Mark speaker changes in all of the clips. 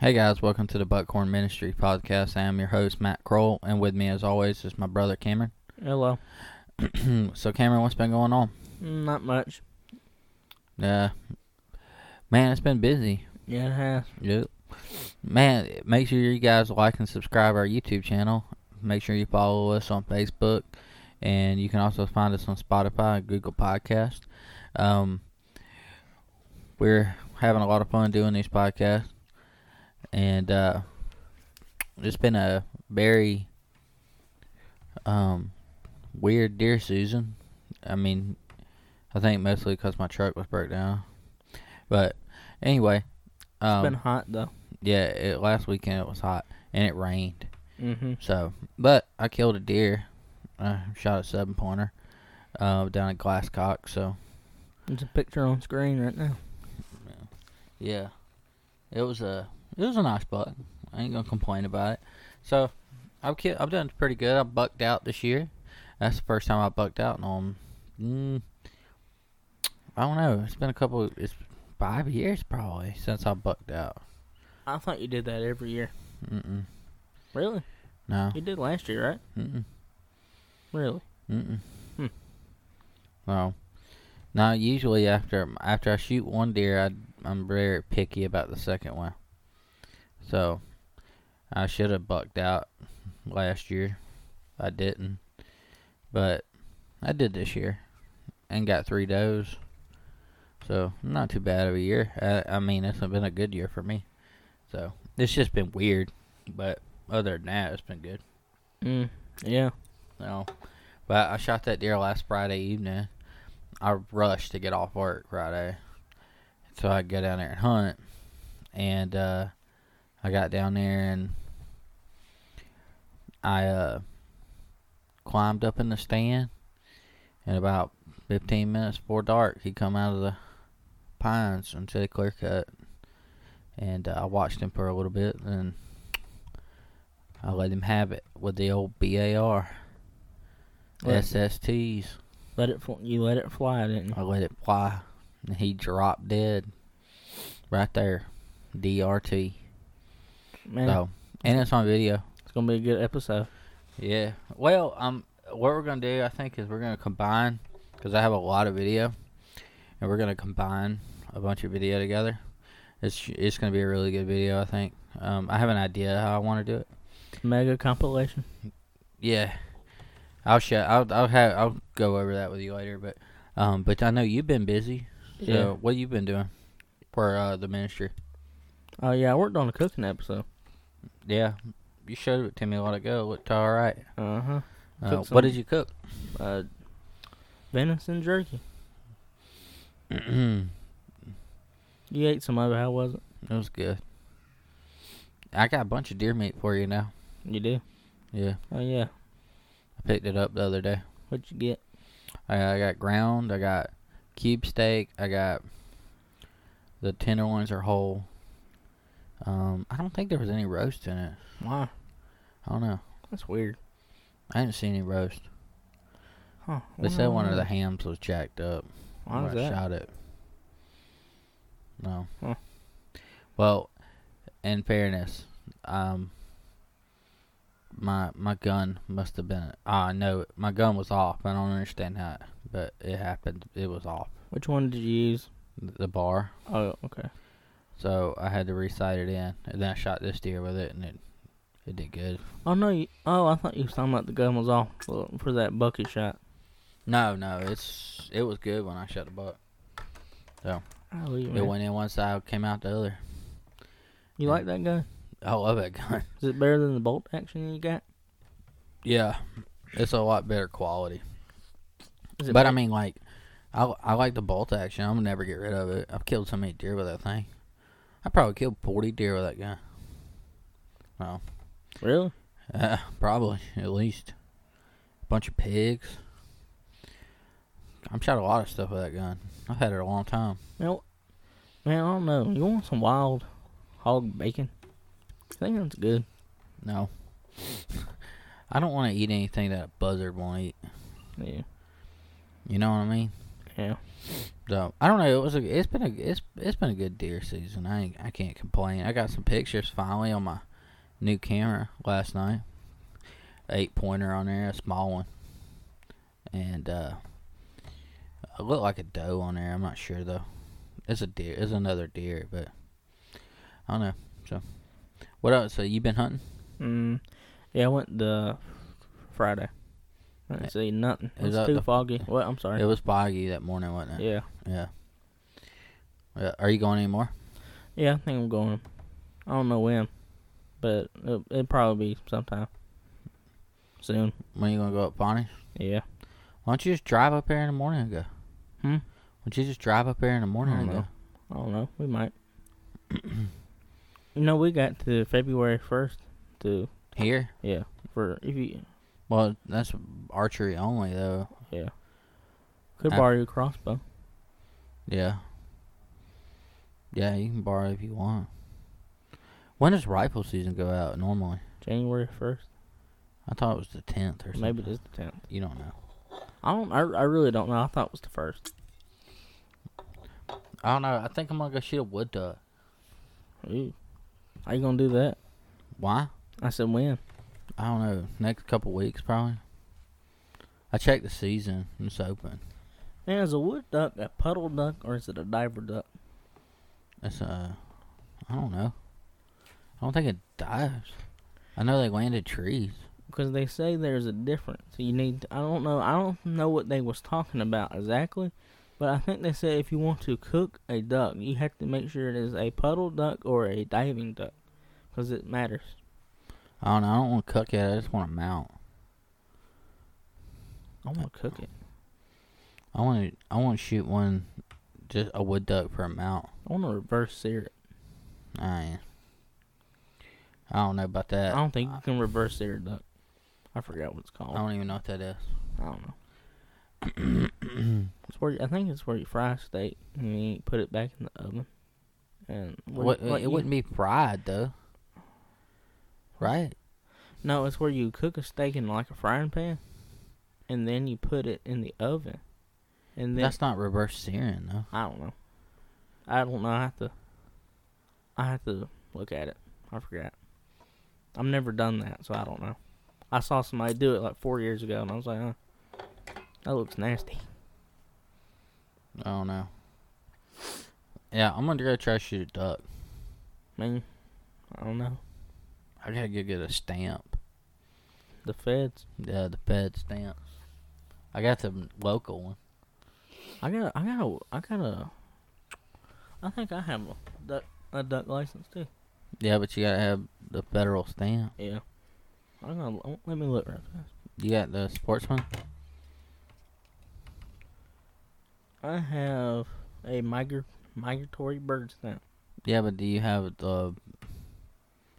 Speaker 1: Hey guys, welcome to the Buckhorn Ministry podcast. I am your host Matt Kroll, and with me, as always, is my brother Cameron. Hmm,
Speaker 2: Hello.
Speaker 1: so, Cameron, what's been going on?
Speaker 2: Not much.
Speaker 1: Uh, man, it's been busy.
Speaker 2: Yeah, it has.
Speaker 1: Yep. Man, make sure you guys like and subscribe our YouTube channel. Make sure you follow us on Facebook, and you can also find us on Spotify, Google Podcast. Um, we're having a lot of fun doing these podcasts, and uh, it's been a very um, weird deer season. I mean, I think mostly because my truck was broke down, but anyway,
Speaker 2: It's
Speaker 1: um,
Speaker 2: been hot though.
Speaker 1: yeah, it, last weekend it was hot and it rained.
Speaker 2: Mm-hmm.
Speaker 1: So, but I killed a deer. I shot a seven pointer uh, down at Glasscock. So,
Speaker 2: There's a picture on screen right now.
Speaker 1: yeah, it was a it was a nice buck. I ain't gonna complain about it. So, I've killed, I've done pretty good. I bucked out this year. That's the first time I bucked out in um, mm, I don't know. It's been a couple. It's five years probably since I bucked out.
Speaker 2: I thought you did that every year.
Speaker 1: Mm-mm.
Speaker 2: Really?
Speaker 1: No.
Speaker 2: You did last year, right?
Speaker 1: Mm-mm.
Speaker 2: Really?
Speaker 1: Mm.
Speaker 2: Hmm.
Speaker 1: No. No, usually after after I shoot one deer, I I'm very picky about the second one. So, I should have bucked out last year. I didn't, but I did this year, and got three does. So not too bad of a year. I, I mean, it's been a good year for me. So it's just been weird, but other than that, it's been good.
Speaker 2: Mm. Yeah.
Speaker 1: No. But I shot that deer last Friday evening. I rushed to get off work Friday. So I go down there and hunt. And uh I got down there and I uh climbed up in the stand and about fifteen minutes before dark he come out of the pines into the clear cut. And uh, I watched him for a little bit and I let him have it with the old BAR.
Speaker 2: Let,
Speaker 1: SSTs.
Speaker 2: let it. Fl- you let it fly, didn't you?
Speaker 1: I let it fly, and he dropped dead right there. DRT.
Speaker 2: Man,
Speaker 1: So, and it's on video.
Speaker 2: it's gonna be a good episode.
Speaker 1: Yeah. Well, um, what we're gonna do, I think, is we're gonna combine because I have a lot of video, and we're gonna combine a bunch of video together. It's it's gonna be a really good video, I think. Um, I have an idea how I want to do it.
Speaker 2: Mega compilation.
Speaker 1: Yeah, I'll show. I'll I'll have I'll go over that with you later. But um, but I know you've been busy. So
Speaker 2: Yeah.
Speaker 1: what you been doing for uh, the ministry?
Speaker 2: Oh yeah, I worked on a cooking episode.
Speaker 1: Yeah, you showed it to me a while ago. It looked all right.
Speaker 2: Uh huh.
Speaker 1: Uh,
Speaker 2: Cooked
Speaker 1: what did
Speaker 2: some-
Speaker 1: you cook?
Speaker 2: Uh, venison jerky.
Speaker 1: it
Speaker 2: You ate some of it. How was it?
Speaker 1: was good. I got a bunch of deer meat for you now.
Speaker 2: You did.
Speaker 1: Yeah,
Speaker 2: Oh yeah.
Speaker 1: I picked it up the other day.
Speaker 2: What'd you get?
Speaker 1: I, I got ground. I got cube steak. I got the tenderloins are whole. Um, I don't think there was any roast in it.
Speaker 2: Wow,
Speaker 1: I don't know.
Speaker 2: that's weird.
Speaker 1: I didn't see any roast.
Speaker 2: Huh?
Speaker 1: They said one of the hams was jacked up.
Speaker 2: Why
Speaker 1: when
Speaker 2: was
Speaker 1: I
Speaker 2: that?
Speaker 1: Shot it. No.
Speaker 2: Huh.
Speaker 1: Well, in fairness, um, my my gun must have been. Ah, no, my gun was off. I don't understand how, but it happened. It was off
Speaker 2: Which one did you use?
Speaker 1: the bar,
Speaker 2: Oh, okay.
Speaker 1: so I had to recite it in, and then I shot this deer with it, and it it did good.
Speaker 2: Oh no! You, oh, I thought you was talking about the gun was off for, for that bucket shot.
Speaker 1: No, no, it's it was good when I shot the buck.
Speaker 2: I believe
Speaker 1: It
Speaker 2: it.
Speaker 1: went in one side, came out the other.
Speaker 2: You like that gun?
Speaker 1: I love that gun.
Speaker 2: Is it better than the bolt action you got?
Speaker 1: Yeah, it's a lot better quality.
Speaker 2: Is
Speaker 1: But
Speaker 2: it
Speaker 1: I mean, like, I, I like the bolt action. I'm gonna never get rid of it. I've killed so many deer with that thing. I probably killed 40 deer with that gun.
Speaker 2: really?
Speaker 1: Uh, probably at least a bunch of pigs. I'm shot a lot of stuff with that gun. I've had it a long time.
Speaker 2: No. Man, I don't know. You want some wild hog bacon? I think that's good.
Speaker 1: No, I don't want to eat anything that a buzzard won't eat.
Speaker 2: Yeah.
Speaker 1: You know what I mean?
Speaker 2: Yeah.
Speaker 1: So I don't know. It was a. It's been a. It's it's been a good deer season. I ain't, I can't complain. I got some pictures finally on my new camera last night. Eight pointer on there, a small one, and uh, it looked like a doe on there. I'm not sure though. It's a deer. It's another deer, but I don't know. So, what else? So you been hunting?
Speaker 2: Mm. Yeah, I went the Friday. I didn't see nothing.
Speaker 1: Is
Speaker 2: It was
Speaker 1: that
Speaker 2: too
Speaker 1: the-
Speaker 2: foggy. Well, I'm sorry.
Speaker 1: It was foggy that morning, wasn't it?
Speaker 2: yeah.
Speaker 1: Yeah. Yeah. Uh, Are you going anymore?
Speaker 2: Yeah, I think I'm going. I don't know when, but it, it'll probably be sometime. Soon.
Speaker 1: When you gonna go up Bonnie?
Speaker 2: Yeah.
Speaker 1: Why don't you just drive up there in the morning and go?
Speaker 2: Hmm?
Speaker 1: Why don't you just drive up there in the morning
Speaker 2: I
Speaker 1: and
Speaker 2: don't
Speaker 1: go?
Speaker 2: know. I don't know. We might. you know, we got to February 1st to,
Speaker 1: Here?
Speaker 2: yeah, for, if you,
Speaker 1: Well, that's archery only though.
Speaker 2: yeah. Could
Speaker 1: Uh,
Speaker 2: borrow your crossbow.
Speaker 1: Yeah. Yeah, you can borrow it if you want. When does rifle season go out normally?
Speaker 2: January 1st.
Speaker 1: I thought it was the tenth or something.
Speaker 2: Maybe it is the 10th.
Speaker 1: you don't know.
Speaker 2: I don't, I, I really don't know. I thought it was the 1st.
Speaker 1: I don't know. I think I'm gonna go shoot a wood duck.
Speaker 2: Ooh. How you going to do that?
Speaker 1: Why?
Speaker 2: I said, when?
Speaker 1: I don't know. Next couple weeks probably. I checked the season. and It's open.
Speaker 2: Man, is a wood duck a puddle duck or is it a diver duck?
Speaker 1: It's uh, I don't know. I don't think it dives. I know they landed trees.
Speaker 2: because they say there's a difference. You need. To, I don't know. I don't know what they was talking about exactly, but I think they said if you want to cook a duck, you have to make sure it is a puddle duck or a diving duck, because it matters.
Speaker 1: I don't know. I don't want to cook it. I just want to mount.
Speaker 2: I
Speaker 1: Mm.
Speaker 2: want to cook it.
Speaker 1: I want to. I want to shoot one, just a wood duck for a mount.
Speaker 2: I want to reverse sear it.
Speaker 1: I. I don't know about
Speaker 2: I
Speaker 1: that. I
Speaker 2: don't think you can reverse sear a duck. I forgot what it's called.
Speaker 1: don't even know what that is.
Speaker 2: I don't know. it's where you- I think it's where you fry steak and you put it back in the oven. And where-
Speaker 1: What,
Speaker 2: what
Speaker 1: it
Speaker 2: you-
Speaker 1: wouldn't be fried though, right?
Speaker 2: No, it's where you cook a steak in like a frying pan, and then you put it in the oven, and then
Speaker 1: That's not reverse searing though.
Speaker 2: I don't know. I don't know. I have to. I have to look at it. I forgot. I've never done that, so I don't know. I saw somebody do it like four years ago, and I was like, huh, that looks nasty.
Speaker 1: I don't know. Yeah, I'm gonna go try to shoot a duck.
Speaker 2: Man, I don't know.
Speaker 1: I gotta go get a stamp.
Speaker 2: The feds.
Speaker 1: Yeah, the Fed stamps. I got the local one.
Speaker 2: I got. I got. a- I got a. I think I have a duck. A duck license too.
Speaker 1: Yeah, but you gotta have the federal stamp.
Speaker 2: Yeah. I'm gonna let me look right fast.
Speaker 1: You got the sportsman.
Speaker 2: I have a migr- migratory bird stamp.
Speaker 1: Yeah, but do you have the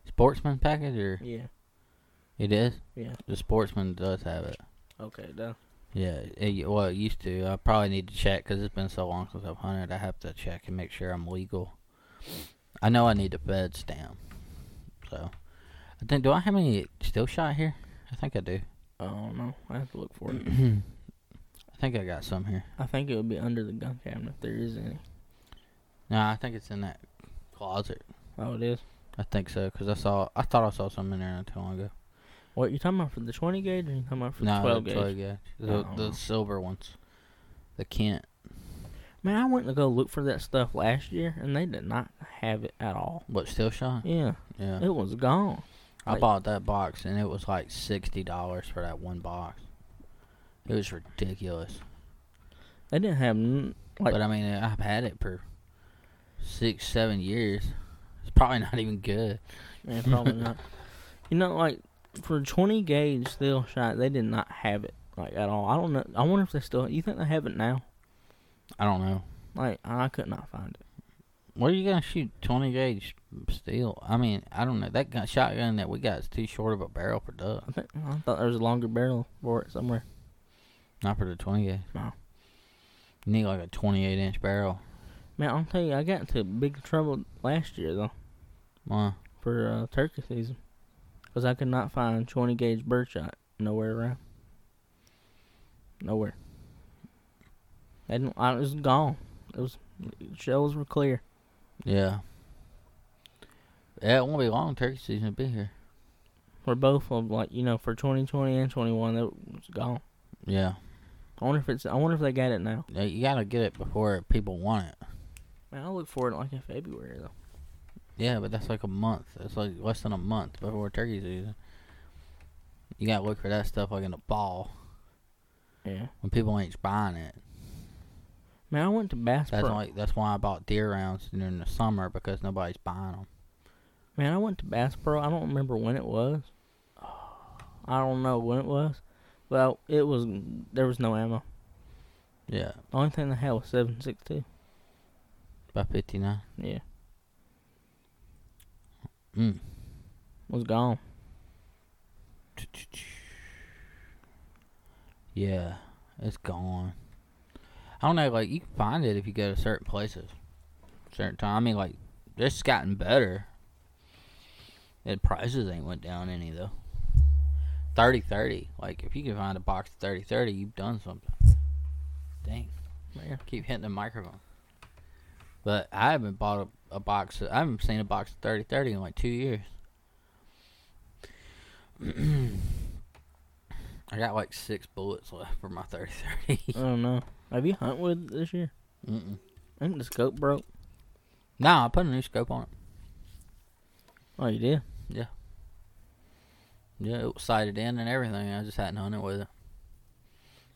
Speaker 1: sportsman package or
Speaker 2: Yeah.
Speaker 1: it is?
Speaker 2: Yeah.
Speaker 1: The sportsman does have it.
Speaker 2: Okay, done.
Speaker 1: Yeah, it, well, it used to. I probably need to check because it's been so long since I've hunted. I have to check and make sure I'm legal. I know I need the Fed stamp. So, I think. Do I have any still shot here? I think I do.
Speaker 2: I don't know. I have to look for it.
Speaker 1: I think I got some here.
Speaker 2: I think it would be under the gun cabinet if there is any.
Speaker 1: No, I think it's in that closet.
Speaker 2: Oh, it is.
Speaker 1: I think so because I saw. I thought I saw something in there not too long ago.
Speaker 2: What you talking about for the twenty gauge or you talking about for the
Speaker 1: no,
Speaker 2: twelve
Speaker 1: the
Speaker 2: gauge?
Speaker 1: 12 gauge. The,
Speaker 2: Oh.
Speaker 1: the silver ones. The Kent.
Speaker 2: Man, I went to go look for that stuff last year and they did not have it at all.
Speaker 1: What still shot?
Speaker 2: Yeah,
Speaker 1: Yeah.
Speaker 2: it was gone.
Speaker 1: I
Speaker 2: like-
Speaker 1: bought that box and it was like sixty dollars for that one box. It was ridiculous.
Speaker 2: They didn't have n- like
Speaker 1: but I mean, I've had it for six, seven years. It's probably not even good.
Speaker 2: man, probably not. You know, like for twenty gauge still shot, they did not have it like at all. I don't know. I wonder if they still. You think they have it now?
Speaker 1: I don't know.
Speaker 2: Like I could not find it.
Speaker 1: What are you gonna shoot twenty gauge steel? I mean, I don't know. That gun, shotgun that we got is too short of a barrel for duck.
Speaker 2: I think I thought there was a longer barrel for it somewhere.
Speaker 1: Not for the 20 gauge.
Speaker 2: No.
Speaker 1: You need like a 28 inch barrel.
Speaker 2: Man, I'll tell you, I got into big trouble last year though
Speaker 1: Uh,
Speaker 2: for uh, turkey season, cause I could not find 20 gauge birdshot nowhere around. Nowhere. They didn't, I, it was gone. It was shells were clear.
Speaker 1: Yeah. Yeah, it won't be long. Turkey season will be here.
Speaker 2: For both of like you know for 2020 and 21, that was gone.
Speaker 1: Yeah.
Speaker 2: I wonder if it's. I wonder if they got it now.
Speaker 1: Yeah, You gotta get it before people want it.
Speaker 2: Man, I look for it like in February though.
Speaker 1: Yeah, but that's like a month. It's like less than a month before turkey season. You gotta look for that stuff like in the fall
Speaker 2: Yeah.
Speaker 1: when people ain't buying it.
Speaker 2: Man, I went to Bass
Speaker 1: That's
Speaker 2: Pro.
Speaker 1: why that's why I bought deer rounds during the summer because nobody's buying them.
Speaker 2: Man, I went to Bass Pro. I don't remember when it was. I don't know when it was, but I, it was. There was no ammo.
Speaker 1: Yeah,
Speaker 2: The only thing they had was seven six two.
Speaker 1: by fifty nine.
Speaker 2: Yeah,
Speaker 1: Mm.
Speaker 2: was gone.
Speaker 1: Yeah, it's gone. I don't know. Like you can find it if you go to certain places, certain time. I mean, like it's gotten better. The prices ain't went down any though. 30-30. Like if you can find a box of 30-30, you've done something. Dang.
Speaker 2: Man,
Speaker 1: keep hitting the microphone. But I haven't bought a, a box. Of, I haven't seen a box of thirty thirty in like two years. I got like six bullets left for my thirty
Speaker 2: I
Speaker 1: thirty.
Speaker 2: don't know. Have you hunt with it this year?
Speaker 1: Mm-mm.
Speaker 2: I think the scope broke.
Speaker 1: Nah, I put a new scope on it.
Speaker 2: Oh, you did.
Speaker 1: Yeah, it was sighted in and everything. I just hadn't hunted with it.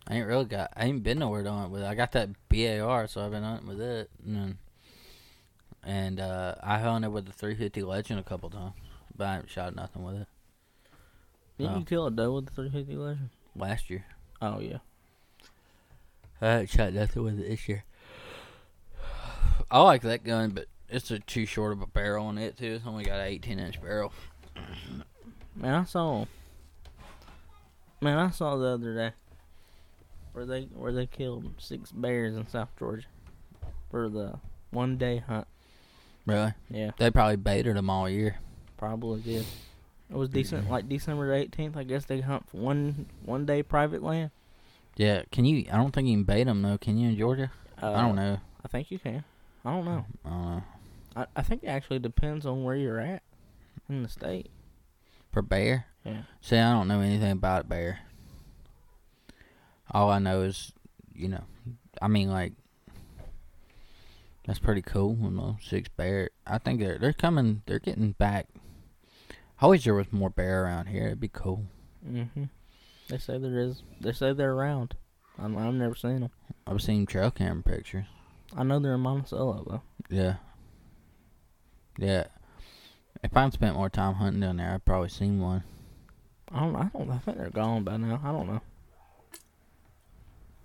Speaker 1: I ain't really got. I ain't been nowhere to hunt with it. I got that BAR, so I've been hunting with it. And then, and uh, I hunted with the 350 Legend a couple times, but I haven't shot nothing with it
Speaker 2: Didn't
Speaker 1: No.
Speaker 2: you kill a doe with the three fifty legend?
Speaker 1: last year.
Speaker 2: Oh yeah.
Speaker 1: I haven't shot nothing with it this year. I like that gun, but it's a too short of a barrel on it too. It's only got an 18 inch barrel.
Speaker 2: Man, I saw. Man, I saw the other day where they where they killed six bears in South Georgia for the one day hunt.
Speaker 1: Really?
Speaker 2: Yeah,
Speaker 1: They probably baited them all year.
Speaker 2: probably did. It was decent, like December eighteenth. I guess they hunt for one one day private land.
Speaker 1: Yeah. Can you? I don't think you can bait them though. Can you in Georgia?
Speaker 2: Uh,
Speaker 1: I don't know.
Speaker 2: I think you can. I don't know.
Speaker 1: I don't know.
Speaker 2: I, I think it actually depends on where you're at in the state.
Speaker 1: For bear?
Speaker 2: Yeah.
Speaker 1: See, I don't know anything about bear. All I know is, you know, I mean, like, that's pretty cool. You know, six bear. I think they're they're coming. They're getting back. I wish there was more bear around here. It'd be cool.
Speaker 2: Mm-hmm. They say there is. They say they're around. I'm, I've never seen them.
Speaker 1: I've seen trail camera pictures.
Speaker 2: I know they're in Monticello though.
Speaker 1: Yeah. Yeah. If I'd spent more time hunting down there, I'd probably seen one.
Speaker 2: I don't. I don't. I think they're gone by now. I don't know.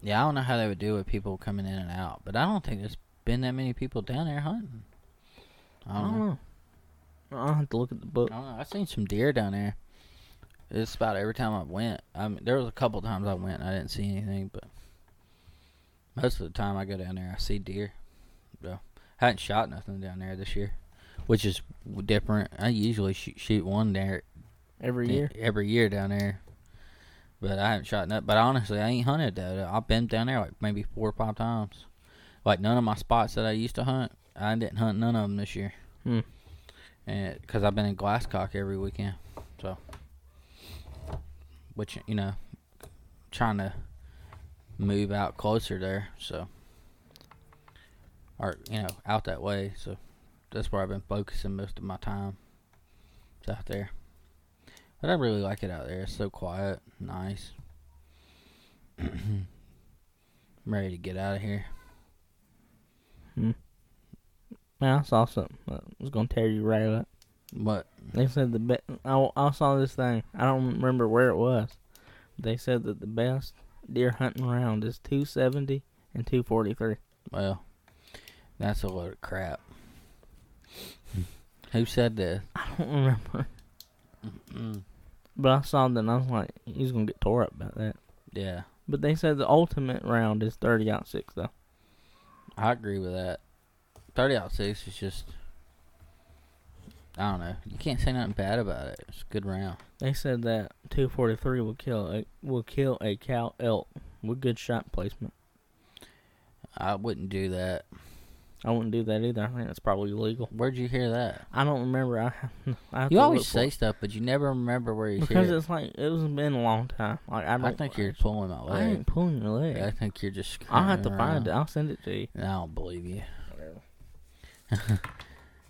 Speaker 1: Yeah, I don't know how they would do with people coming in and out, but I don't think there's been that many people down there hunting.
Speaker 2: I don't know. I'll have to look at the book.
Speaker 1: I don't know. I've seen some deer down there. It's about every time I went. I mean, there was a couple times I went and I didn't see anything, but most of the time I go down there, I see deer. So, I hadn't shot nothing down there this year, which is w- different. I usually shoot, shoot one there
Speaker 2: Every
Speaker 1: e-
Speaker 2: year,
Speaker 1: every year down there, but I haven't shot nothing. But honestly, I ain't hunted though. I've been down there like maybe four or five times. Like none of my spots that I used to hunt, I didn't hunt none of them this year.
Speaker 2: Hmm.
Speaker 1: And because I've been in Glasscock every weekend, so which you know, trying to move out closer there, so or you know out that way, so that's where I've been focusing most of my time. It's out there. But I really like it out there. It's so quiet, nice. I'm ready to get out of here.
Speaker 2: man, I saw something that was gonna tear you right up.
Speaker 1: But
Speaker 2: They said the best. I, I saw this thing. I don't remember where it was. They said that the best deer hunting round is 270 and 243.
Speaker 1: well, that's a load of crap. Who said this?
Speaker 2: I don't remember, but I saw that and I was like, he's gonna get tore up about that.
Speaker 1: yeah,
Speaker 2: But they said the ultimate round is 30 out six though.
Speaker 1: I agree with that. Thirty out six is just. I don't know. You can't say nothing bad about it. It's a good round.
Speaker 2: They said that 243 will kill a will kill a cow elk with good shot placement.
Speaker 1: I wouldn't do that.
Speaker 2: I wouldn't do that either. I think that's probably illegal.
Speaker 1: Where'd you hear that?
Speaker 2: I don't remember. I, I have
Speaker 1: You
Speaker 2: to
Speaker 1: always
Speaker 2: look for
Speaker 1: say
Speaker 2: it.
Speaker 1: stuff, but you never remember where you
Speaker 2: because
Speaker 1: hear it.
Speaker 2: it's like it was been a long time. Like I,
Speaker 1: I
Speaker 2: don't-
Speaker 1: think you're pulling my
Speaker 2: I
Speaker 1: leg.
Speaker 2: ain't pulling your leg.
Speaker 1: I think you're just.
Speaker 2: I'll have to
Speaker 1: screwing
Speaker 2: find it.
Speaker 1: around.
Speaker 2: I'll send it to you.
Speaker 1: I don't believe you.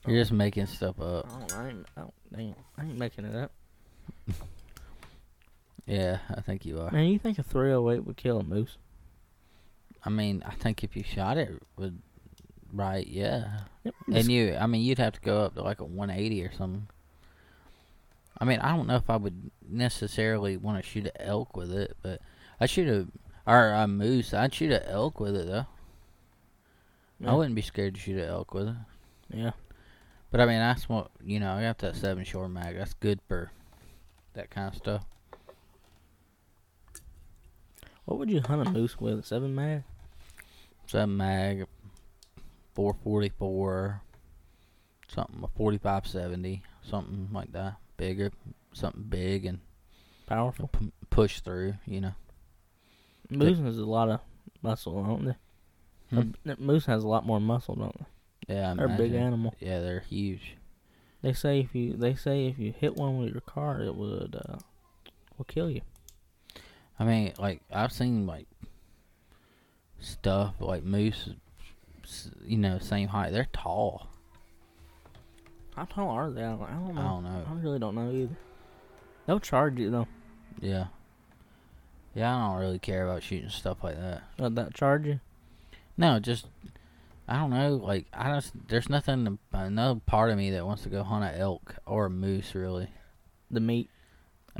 Speaker 1: You're just making stuff up.
Speaker 2: Oh, I, don't, I, ain't, I, don't, I, ain't, I ain't making it up.
Speaker 1: Yeah, I think you are.
Speaker 2: Man, you think a 308 would kill a moose?
Speaker 1: I mean, I think if you shot it with right, yeah.
Speaker 2: Yep.
Speaker 1: And you, I mean, you'd have to go up to like a 180 or something. I mean, I don't know if I would necessarily want to shoot an elk with it, but I shoot a or a moose. I'd shoot an elk with it though.
Speaker 2: yeah.
Speaker 1: I wouldn't be scared to shoot an elk with it.
Speaker 2: Yeah.
Speaker 1: But I mean, that's what you know. I got that seven shore mag. That's good for that kind of stuff.
Speaker 2: What would you hunt a moose with? A seven mag?
Speaker 1: Seven mag, four forty four, something a forty five seventy, something like that. Bigger, something big and
Speaker 2: Powerful.
Speaker 1: p- push through. You know.
Speaker 2: Moose has a lot of muscle, don't they?
Speaker 1: Hmm?
Speaker 2: Uh, Moose has a lot more muscle, don't they?
Speaker 1: Yeah, I
Speaker 2: They're a big
Speaker 1: imagine.
Speaker 2: animal.
Speaker 1: Yeah, they're huge.
Speaker 2: They say if you they say if you hit one with your car, it would uh, will kill you.
Speaker 1: I mean, like I've seen like stuff like moose, s- you know, same height. They're tall.
Speaker 2: How tall are they? I don't, I don't know.
Speaker 1: I don't know.
Speaker 2: I really don't know either. They'll charge you though.
Speaker 1: Yeah. Yeah, I don't really care about shooting stuff like that.
Speaker 2: Uh, that charge you?
Speaker 1: No, just I don't know. Like I just there's nothing another part of me that wants to go hunt an elk or a moose. Really,
Speaker 2: The meat.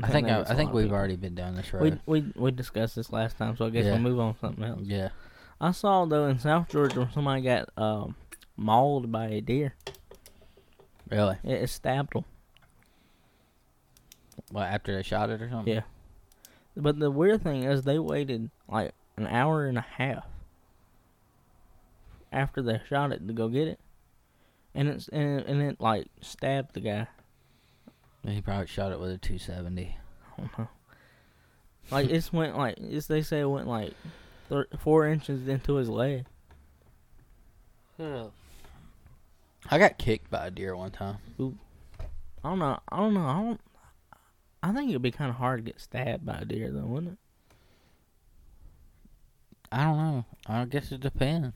Speaker 1: I think I,
Speaker 2: that's
Speaker 1: I
Speaker 2: a
Speaker 1: think
Speaker 2: lot of
Speaker 1: we've
Speaker 2: people.
Speaker 1: already been down this road.
Speaker 2: We we we discussed this last time, so I guess
Speaker 1: Yeah.
Speaker 2: we'll move on to something else.
Speaker 1: yeah,
Speaker 2: I saw though in South Georgia when somebody got um, mauled by a deer.
Speaker 1: really.
Speaker 2: It, it stabbed them.
Speaker 1: Well, after they shot it or something.
Speaker 2: Yeah. But the weird thing is they waited like an hour and a half after they shot it to go get it, and it's and, and it like stabbed the guy.
Speaker 1: he probably shot it with a 270.
Speaker 2: I don't know. Like it's went like it's, they say it went like thir- four inches into his leg.
Speaker 1: I got kicked by a deer one time.
Speaker 2: I don't know. I don't know. I don't. I think it'd be kind of hard to get stabbed by a deer though, wouldn't it?
Speaker 1: I don't know. I guess it depends.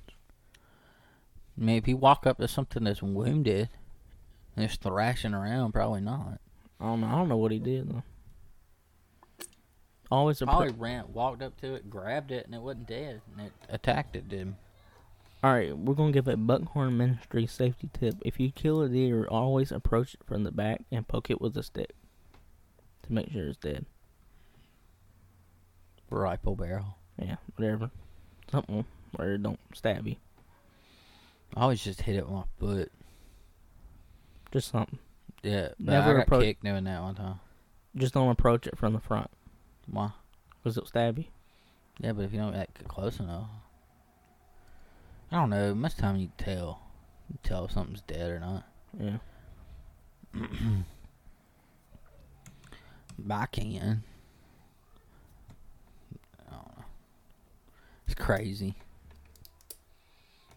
Speaker 1: I mean, if you walk up to something that's wounded and it's thrashing around, probably not.
Speaker 2: I don't know. I don't know what he did though. Always a pro-
Speaker 1: Probably ran, walked up to it, grabbed it, and it wasn't dead, and it attacked it. Did
Speaker 2: All right, we're gonna give a Buckhorn Ministry safety tip. If you kill a deer, always approach it from the back and poke it with a stick to make sure it's dead.
Speaker 1: rifle barrel.
Speaker 2: Yeah, whatever, something where it don't stab you,
Speaker 1: I always just hit it with my foot.
Speaker 2: just something.
Speaker 1: Yeah, but
Speaker 2: Never
Speaker 1: I got
Speaker 2: approach-
Speaker 1: kicked doing that one time.
Speaker 2: Just don't approach it from the front,
Speaker 1: Why?
Speaker 2: cause it'll stab you.
Speaker 1: Yeah, but if you don't get close enough, I don't know. Most time you tell, you tell if something's dead or not.
Speaker 2: Yeah,
Speaker 1: But I can. I don't know. It's crazy.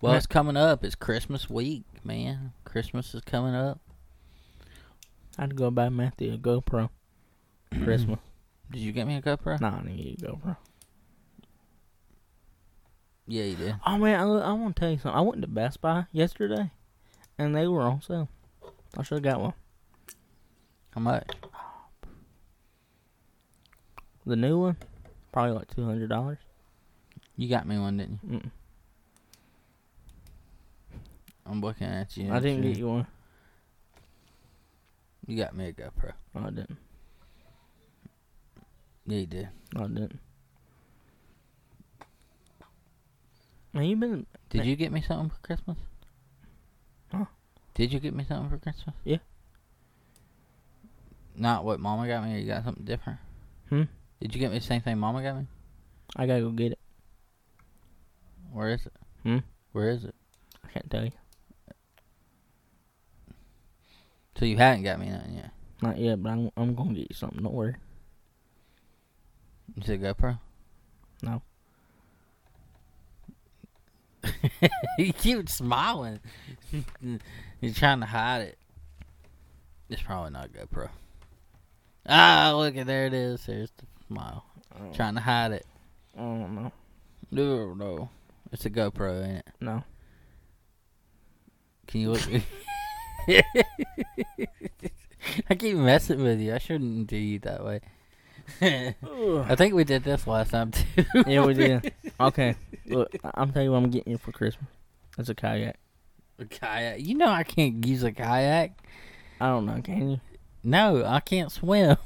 Speaker 1: Well,
Speaker 2: Right.
Speaker 1: it's coming up. It's Christmas week, man. Christmas is coming up.
Speaker 2: I'd go buy Matthew a GoPro. Christmas.
Speaker 1: Did you get me a GoPro?
Speaker 2: nah, I didn't get a GoPro.
Speaker 1: Yeah, you did.
Speaker 2: Oh man, I, I want to tell you something. I went to Best Buy yesterday, and they were on sale. I should have got one.
Speaker 1: How much?
Speaker 2: The new one, probably like two hundred dollars.
Speaker 1: You got me one, didn't you?
Speaker 2: Mm.
Speaker 1: I'm looking at you.
Speaker 2: I
Speaker 1: and
Speaker 2: didn't
Speaker 1: shit.
Speaker 2: get you one.
Speaker 1: You got me a GoPro.
Speaker 2: No, I didn't.
Speaker 1: Yeah, you did.
Speaker 2: No, I didn't. Man, you been
Speaker 1: Did
Speaker 2: Ma-
Speaker 1: you get me something for Christmas?
Speaker 2: Huh?
Speaker 1: Did you get me something for Christmas?
Speaker 2: Yeah.
Speaker 1: Not what Mama got me, or you got something different?
Speaker 2: Hmm?
Speaker 1: Did you get me the same thing Mama got me?
Speaker 2: I gotta go get it.
Speaker 1: Where is it?
Speaker 2: Hmm?
Speaker 1: Where is it?
Speaker 2: I can't tell you.
Speaker 1: So you hadn't got me nothing yet.
Speaker 2: Not yet, but I'm, I'm gonna get you something. Don't worry.
Speaker 1: You said GoPro?
Speaker 2: No.
Speaker 1: he keeps smiling. He's trying to hide it. It's probably not GoPro. Ah, look at there it is. There's the smile.
Speaker 2: I don't,
Speaker 1: Trying to hide it.
Speaker 2: I don't know.
Speaker 1: No, no. It's a GoPro, ain't it?
Speaker 2: No.
Speaker 1: Can you look? I keep messing with you. I shouldn't do you that way. I think we did this last time too.
Speaker 2: yeah, we did. Okay, look, I- I'm telling you what I'm getting you for Christmas. It's a kayak.
Speaker 1: A kayak. You know I can't use a kayak.
Speaker 2: I don't know, can you?
Speaker 1: No, I can't swim.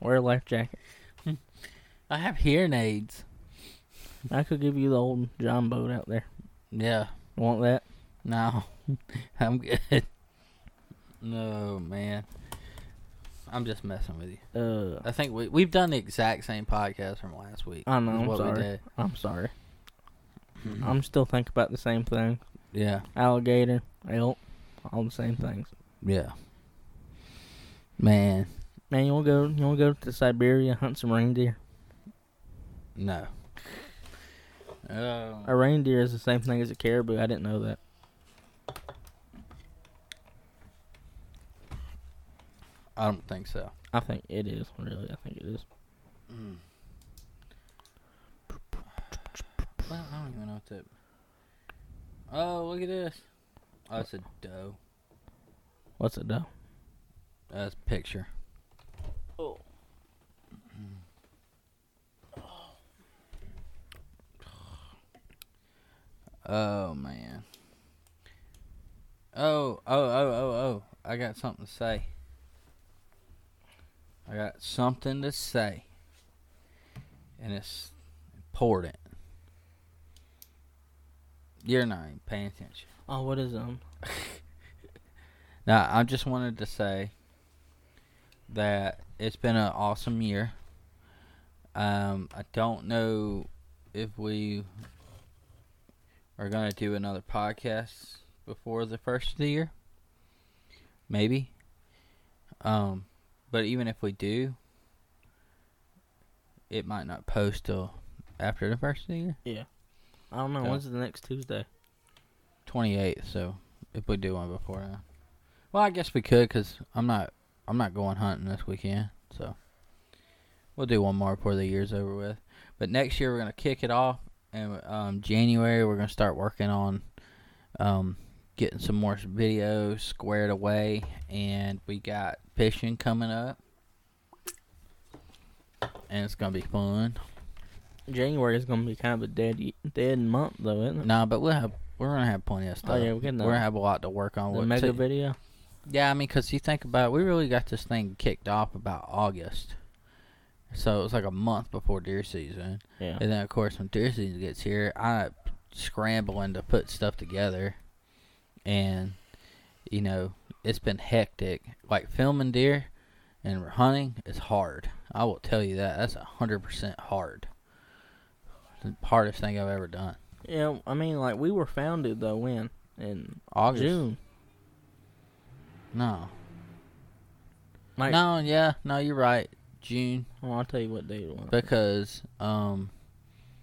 Speaker 2: Wear a life jacket.
Speaker 1: I have hearing aids.
Speaker 2: I could give you the old John boat out there.
Speaker 1: Yeah.
Speaker 2: Want that?
Speaker 1: No. I'm good. No, man. I'm just messing with you.
Speaker 2: Uh,
Speaker 1: I think we we've done the exact same podcast from last week.
Speaker 2: I know,
Speaker 1: is
Speaker 2: I'm
Speaker 1: what we
Speaker 2: sorry. Mm-hmm.
Speaker 1: did.
Speaker 2: I'm sorry. I'm still thinking about the same thing.
Speaker 1: Yeah.
Speaker 2: Alligator, elk, all the same things.
Speaker 1: Yeah. Man,
Speaker 2: Man, you wanna go? You wanna go to Siberia hunt some reindeer?
Speaker 1: no. Oh.
Speaker 2: A reindeer is the same thing as a caribou. I didn't know that.
Speaker 1: I don't think so.
Speaker 2: I think it is. Really, I think it is.
Speaker 1: Well, I don't even know what to. Oh, look at this. Oh, it's a doe.
Speaker 2: What's it though?
Speaker 1: That's Uh, a picture.
Speaker 2: Oh.
Speaker 1: Oh man. Oh, oh, oh, oh, oh. I got something to say. I got something to say. And it's important. You're not even paying attention.
Speaker 2: Oh, what is um?
Speaker 1: Now, I just wanted to say that it's been an awesome year. Um, I don't know if we are going to do another podcast before the first of the year. Maybe. Um, but even if we do, it might not post till after the first of the year.
Speaker 2: I don't know.
Speaker 1: Yeah.
Speaker 2: When's the next Tuesday?
Speaker 1: 28th, so if we do one before then. Well, I guess we could cuz I'm not I'm not going hunting this weekend, so we'll do one more before the year's over with. But next year we're going to kick it off and um January we're going to start working on um getting some more videos squared away and we got fishing coming up. And it's going to be fun.
Speaker 2: January is gonna be kind of a dead ye- dead month though, isn't it?
Speaker 1: No, but we'll have we're going to have plenty of stuff.
Speaker 2: Oh yeah, we can.
Speaker 1: We're gonna have a lot to work on.
Speaker 2: the
Speaker 1: with
Speaker 2: mega
Speaker 1: too.
Speaker 2: video.
Speaker 1: Yeah, I mean, because you think about it, we really got this thing kicked off about August. So it was like a month before deer season.
Speaker 2: Yeah.
Speaker 1: And then, of course, when deer season gets here, I'm scrambling to put stuff together. And, you know, it's been hectic. Like filming deer and hunting is hard. I will tell you that. That's 100% hard. The hardest thing I've ever done.
Speaker 2: yeah. I mean, like we were founded though when in
Speaker 1: August?
Speaker 2: June.
Speaker 1: No.
Speaker 2: Like,
Speaker 1: No, yeah. No, you're right. June.
Speaker 2: oh, I'll tell you what date it was.
Speaker 1: Because, um,.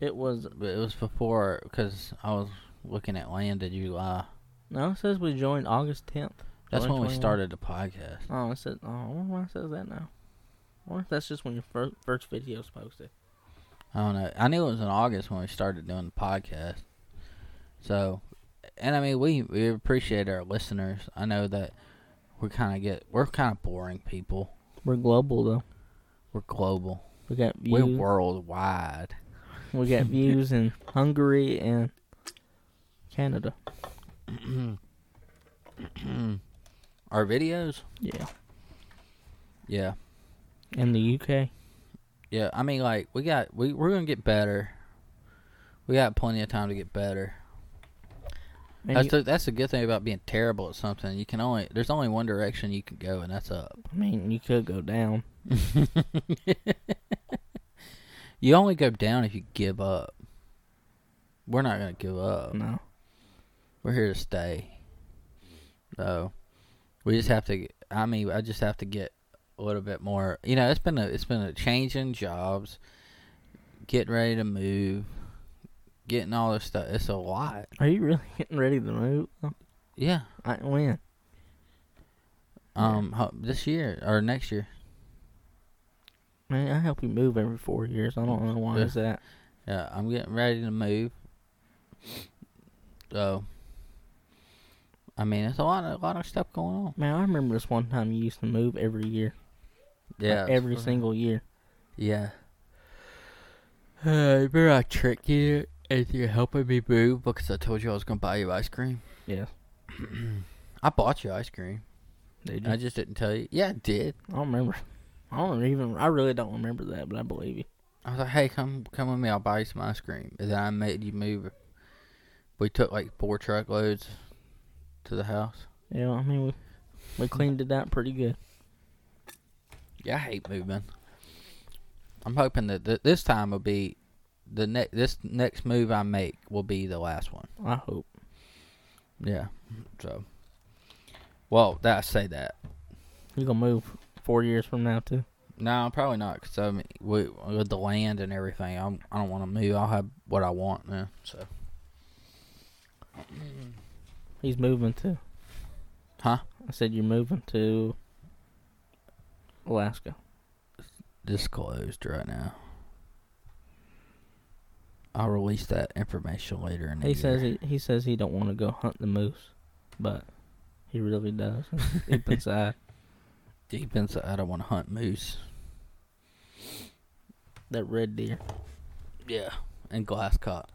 Speaker 2: it was
Speaker 1: But it was before because I was looking at land in July.
Speaker 2: no. It says we joined August tenth.
Speaker 1: That's when we
Speaker 2: 2021.
Speaker 1: started the podcast.
Speaker 2: Oh, it says. Oh, I wonder why it says that now. I wonder if that's just when your first first video is posted.
Speaker 1: I don't know. I knew it was in August when we started doing the podcast. So, and I mean, we we appreciate our listeners. I know that we kind of get we're kind of boring people.
Speaker 2: We're global though.
Speaker 1: We're global.
Speaker 2: We got views.
Speaker 1: We're worldwide.
Speaker 2: we got views in Hungary and Canada.
Speaker 1: Our videos.
Speaker 2: Yeah.
Speaker 1: Yeah.
Speaker 2: And the UK.
Speaker 1: Yeah, I mean, like we got we we're gonna get better. We got plenty of time to get better.
Speaker 2: Man,
Speaker 1: that's
Speaker 2: you-
Speaker 1: the that's the good thing about being terrible at something. You can only there's only one direction you can go, and that's up.
Speaker 2: I mean, you could go down.
Speaker 1: You only go down if you give up. We're not gonna give up.
Speaker 2: No.
Speaker 1: We're here to stay. So we just have to. I mean, I just have to get a little bit more. You know, it's been a it's been a change in jobs, getting ready to move, getting all this stuff. It's a lot.
Speaker 2: Are you really getting ready to move?
Speaker 1: Yeah.
Speaker 2: Like when?
Speaker 1: Um, ho- this year or next year.
Speaker 2: Man, I help you move every four years. I don't know why
Speaker 1: Yeah.
Speaker 2: is that.
Speaker 1: Yeah, I'm getting ready to move. So, I mean, it's a lot of a lot of stuff going on.
Speaker 2: Man, I remember this one time you used to move every year. Like,
Speaker 1: Yeah,
Speaker 2: every
Speaker 1: it's-
Speaker 2: single year.
Speaker 1: Yeah. Uh, remember I tricked you into helping me move because I told you I was gonna buy you ice cream.
Speaker 2: Yeah.
Speaker 1: I bought you ice cream.
Speaker 2: Did you?
Speaker 1: I just didn't tell you. Yeah, I did.
Speaker 2: I don't remember. I don't even. I really don't remember that, but I believe you.
Speaker 1: I was like, "Hey, come come with me. I'll buy you some ice cream." And then I made you move. We took like four truckloads to the house.
Speaker 2: Yeah, I mean we we cleaned it out pretty good.
Speaker 1: Yeah, I hate moving. I'm hoping that th- this time will be the next. This next move I make will be the last one.
Speaker 2: I hope.
Speaker 1: Yeah. So. Well, that I say that.
Speaker 2: You gonna move four years from now too?
Speaker 1: No, probably not. Cause I mean, with, with the land and everything, I'm, I don't want to move. I'll have what I want now. So.
Speaker 2: He's moving to.
Speaker 1: Huh?
Speaker 2: I said you're moving to Alaska.
Speaker 1: Disclosed right now. I'll release that information later in the
Speaker 2: He
Speaker 1: year.
Speaker 2: says he, he says he don't want to go hunt the moose, but he really does deep inside.
Speaker 1: deep inside. I don't want to hunt moose.
Speaker 2: That red deer.
Speaker 1: Yeah, and Glasscock,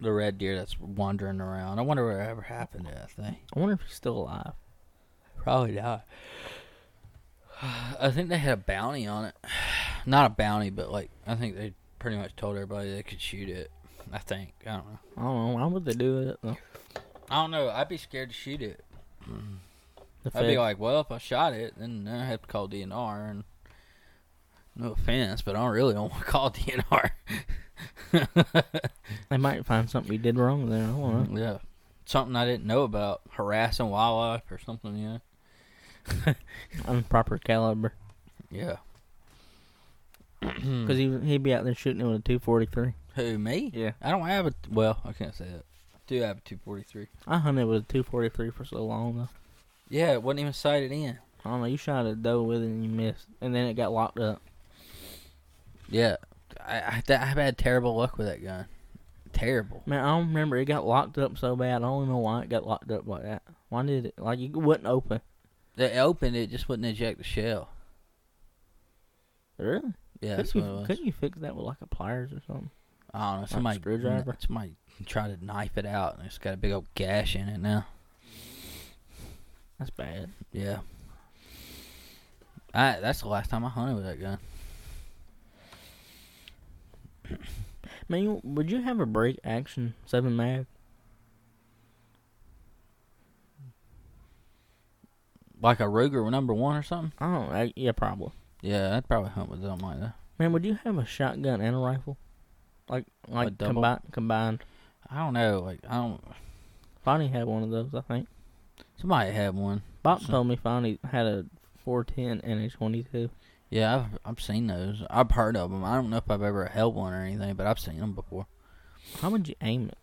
Speaker 1: the red deer that's wandering around. I wonder what ever happened to that thing.
Speaker 2: I wonder if he's still alive.
Speaker 1: Probably not. I think they had a bounty on it. Not a bounty, but like I think they pretty much told everybody they could shoot it. I think I don't know.
Speaker 2: I don't know. Why would they do it? though?
Speaker 1: I don't know. I'd be scared to shoot it. Mm-hmm.
Speaker 2: The
Speaker 1: I'd be
Speaker 2: feds-
Speaker 1: like, well, if I shot it, then I have to call DNR. And no offense, but I don't really don't want to call DNR.
Speaker 2: they might find something we did wrong there. I don't know.
Speaker 1: Yeah. Something I didn't know about harassing wildlife or something, you know?
Speaker 2: Improper caliber.
Speaker 1: Yeah. Hmm.
Speaker 2: Because he, he'd be out there shooting it with a 243.
Speaker 1: Who, me?
Speaker 2: Yeah.
Speaker 1: I don't have a. Well, I can't say that. I do have a 243.
Speaker 2: I hunted with a 243 for so long, though.
Speaker 1: Yeah, it wasn't even sighted in.
Speaker 2: I don't know. You shot a doe with it and you missed. And then it got locked up.
Speaker 1: Yeah. I, I, th- I've had terrible luck with that gun. Terrible.
Speaker 2: Man, I don't remember. It got locked up so bad. I don't know why it got locked up like that. Why did it? Like, it wouldn't open.
Speaker 1: They opened it, just wouldn't eject the shell.
Speaker 2: Really?
Speaker 1: Yeah,
Speaker 2: Couldn't
Speaker 1: that's
Speaker 2: you,
Speaker 1: what it was.
Speaker 2: couldn't you fix that with, like, a pliers or something?
Speaker 1: I don't know. Somebody,
Speaker 2: screwdriver?
Speaker 1: somebody tried to knife it out, and it's got a big old gash in it now.
Speaker 2: That's bad.
Speaker 1: Yeah. I, that's the last time I hunted with that gun.
Speaker 2: Man, you, would you have a break action 7 mag?
Speaker 1: Like a Ruger number one or something?
Speaker 2: I don't know. Yeah, probably.
Speaker 1: Yeah, I'd probably hunt with something like that.
Speaker 2: Man, would you have a shotgun and a rifle? Like like
Speaker 1: double?
Speaker 2: combined combined.
Speaker 1: I don't know. Like, I don't.
Speaker 2: Fonny had one of those, I think.
Speaker 1: Somebody had one.
Speaker 2: Bob
Speaker 1: So-
Speaker 2: told me Fonny had a four ten and a twenty two.
Speaker 1: Yeah, I've I've seen those. I've heard of them. I don't know if I've ever held one or anything, but I've seen them before.
Speaker 2: How would you aim it?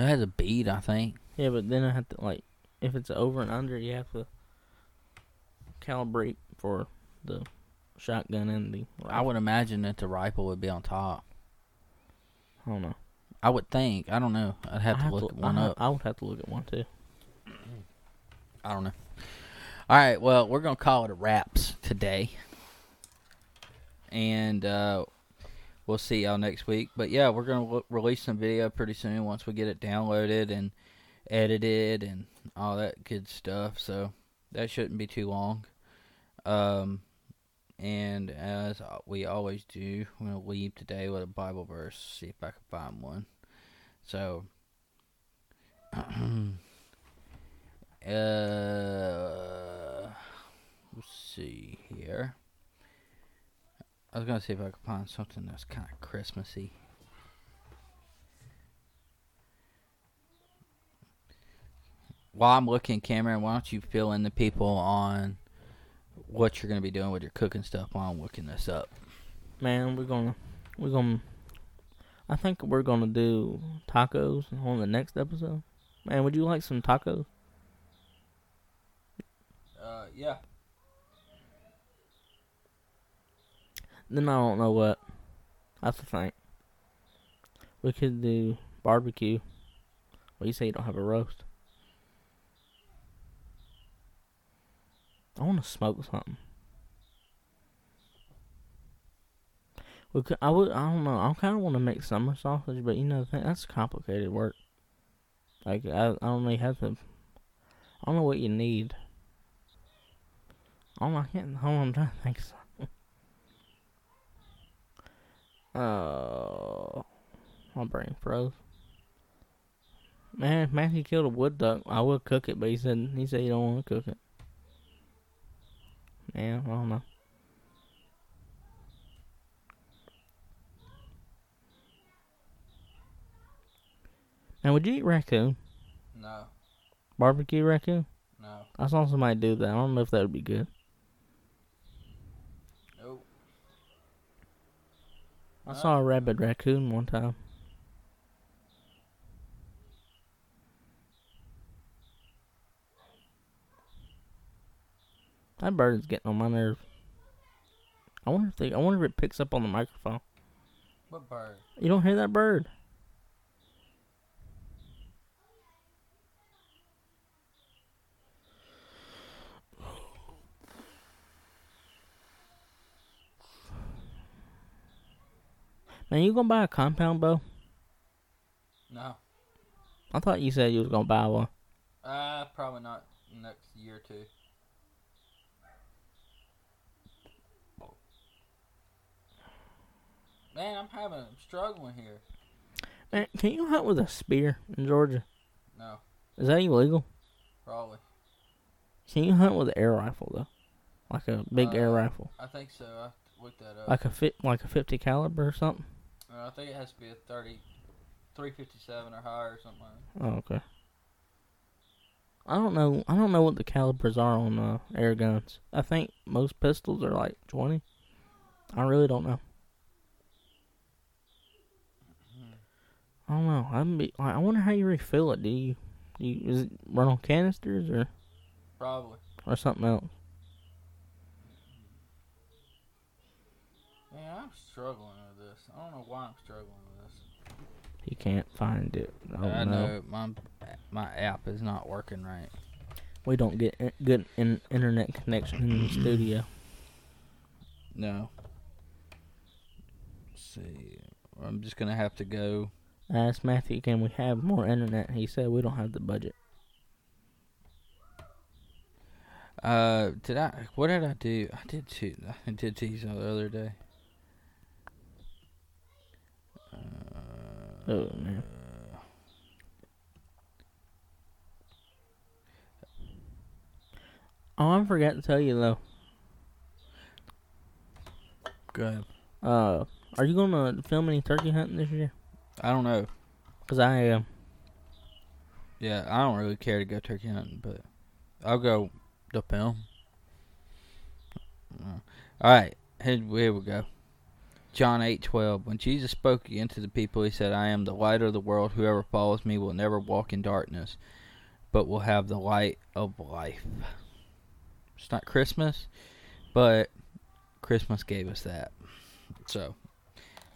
Speaker 1: It has a bead, I think.
Speaker 2: Yeah, but then I have to like if it's over and under you have to calibrate for the shotgun and the
Speaker 1: I would imagine that the rifle would be on top.
Speaker 2: I don't know.
Speaker 1: I would think. I don't know. I'd have
Speaker 2: I
Speaker 1: to look one
Speaker 2: I, ha-
Speaker 1: up.
Speaker 2: I would have to look at one too.
Speaker 1: I don't know. All right. Well, we're gonna call it a wraps today, and uh, we'll see y'all next week. But yeah, we're gonna w- release some video pretty soon once we get it downloaded and edited and all that good stuff. So that shouldn't be too long. Um, and as we always do, I'm gonna leave today with a Bible verse. See if I can find one. So. Uh, let's see here. I was gonna see if I could find something that's kind of Christmassy. While I'm looking, Cameron, why don't you fill in the people on what you're gonna be doing with your cooking stuff while I'm looking this up?
Speaker 2: Man, we're gonna we're gonna I think we're gonna do tacos on the next episode. Man, would you like some tacos?
Speaker 1: Uh, yeah.
Speaker 2: Then I don't know what. That's the thing. We could do barbecue. Well, you say you don't have a roast. I want to smoke something. We could, I would. I don't know. I kind of want to make summer sausage, but you know, th- that's complicated work. Like I, I don't really have to. I don't know what you need. I don't. know, I can't. Hold on. I'm trying to think. of something. Oh, my brain froze. Man, if Matthew killed a wood duck, I would cook it, but he said he said he don't want to cook it. Yeah, I don't know. Now, would you eat raccoon?
Speaker 1: No,
Speaker 2: Barbecue raccoon?
Speaker 1: no,
Speaker 2: I saw somebody do that. I don't know if that would be good.
Speaker 1: nope.
Speaker 2: I
Speaker 1: Uh,
Speaker 2: saw a rabid raccoon one time. That bird is getting on my nerve. I wonder if they, I wonder if it picks up on the microphone.
Speaker 1: What bird?
Speaker 2: You don't hear that bird? Man, you gonna buy a compound bow?
Speaker 1: No.
Speaker 2: I thought you said you was gonna buy one.
Speaker 1: Uh, probably not next year or two. Man, I'm having I'm struggling here.
Speaker 2: Man, can you hunt with a spear in Georgia?
Speaker 1: No,
Speaker 2: Is that illegal?
Speaker 1: probably.
Speaker 2: Can you hunt with an air rifle though? Like a big air
Speaker 1: Uh,
Speaker 2: rifle,
Speaker 1: I think so. I looked that up.
Speaker 2: like a fit, like a fifty caliber or something.
Speaker 1: Uh, I think it has to be a 30, 357 or higher or something. Like that.
Speaker 2: Oh, okay. I don't know. I don't know what the calibers are on uh, air guns. I think most pistols are like twenty. I really don't know. I don't know. I'm be, I I wonder how you refill it. Do you, do you is it run on canisters or
Speaker 1: Probably.
Speaker 2: or something else?
Speaker 1: Man, I'm struggling with this. I don't know why I'm struggling with this.
Speaker 2: You can't find it. Oh
Speaker 1: I
Speaker 2: no,
Speaker 1: know my my app is not working right.
Speaker 2: we don't get in- good in, internet connection in the studio.
Speaker 1: No. Let's see, I'm just gonna have to go.
Speaker 2: I asked Matthew, can we have more internet? He said we don't have the budget.
Speaker 1: Uh, did I? What did I do? I did two. I did tease the other day. Uh,
Speaker 2: Oh man. Oh, I forgot to tell you though.
Speaker 1: Go ahead.
Speaker 2: Uh, are you gonna film any turkey hunting this year?
Speaker 1: I don't know.
Speaker 2: Cause I uh, am.
Speaker 1: Yeah, I don't really care to go turkey hunting, but I'll go the film. Uh, all right, here, here we go. John eight twelve. When Jesus spoke again to the people, he said, "I am the light of the world. Whoever follows me will never walk in darkness, but will have the light of life." It's not Christmas, but Christmas gave us that. So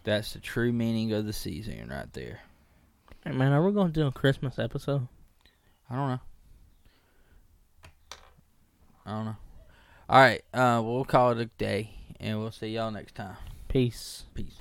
Speaker 1: that's the true meaning of the season, right there.
Speaker 2: Hey man, are we gonna do a Christmas episode?
Speaker 1: I don't know. I don't know. All right, uh, we'll call it a day, and we'll see y'all next time.
Speaker 2: Peace.
Speaker 1: Peace.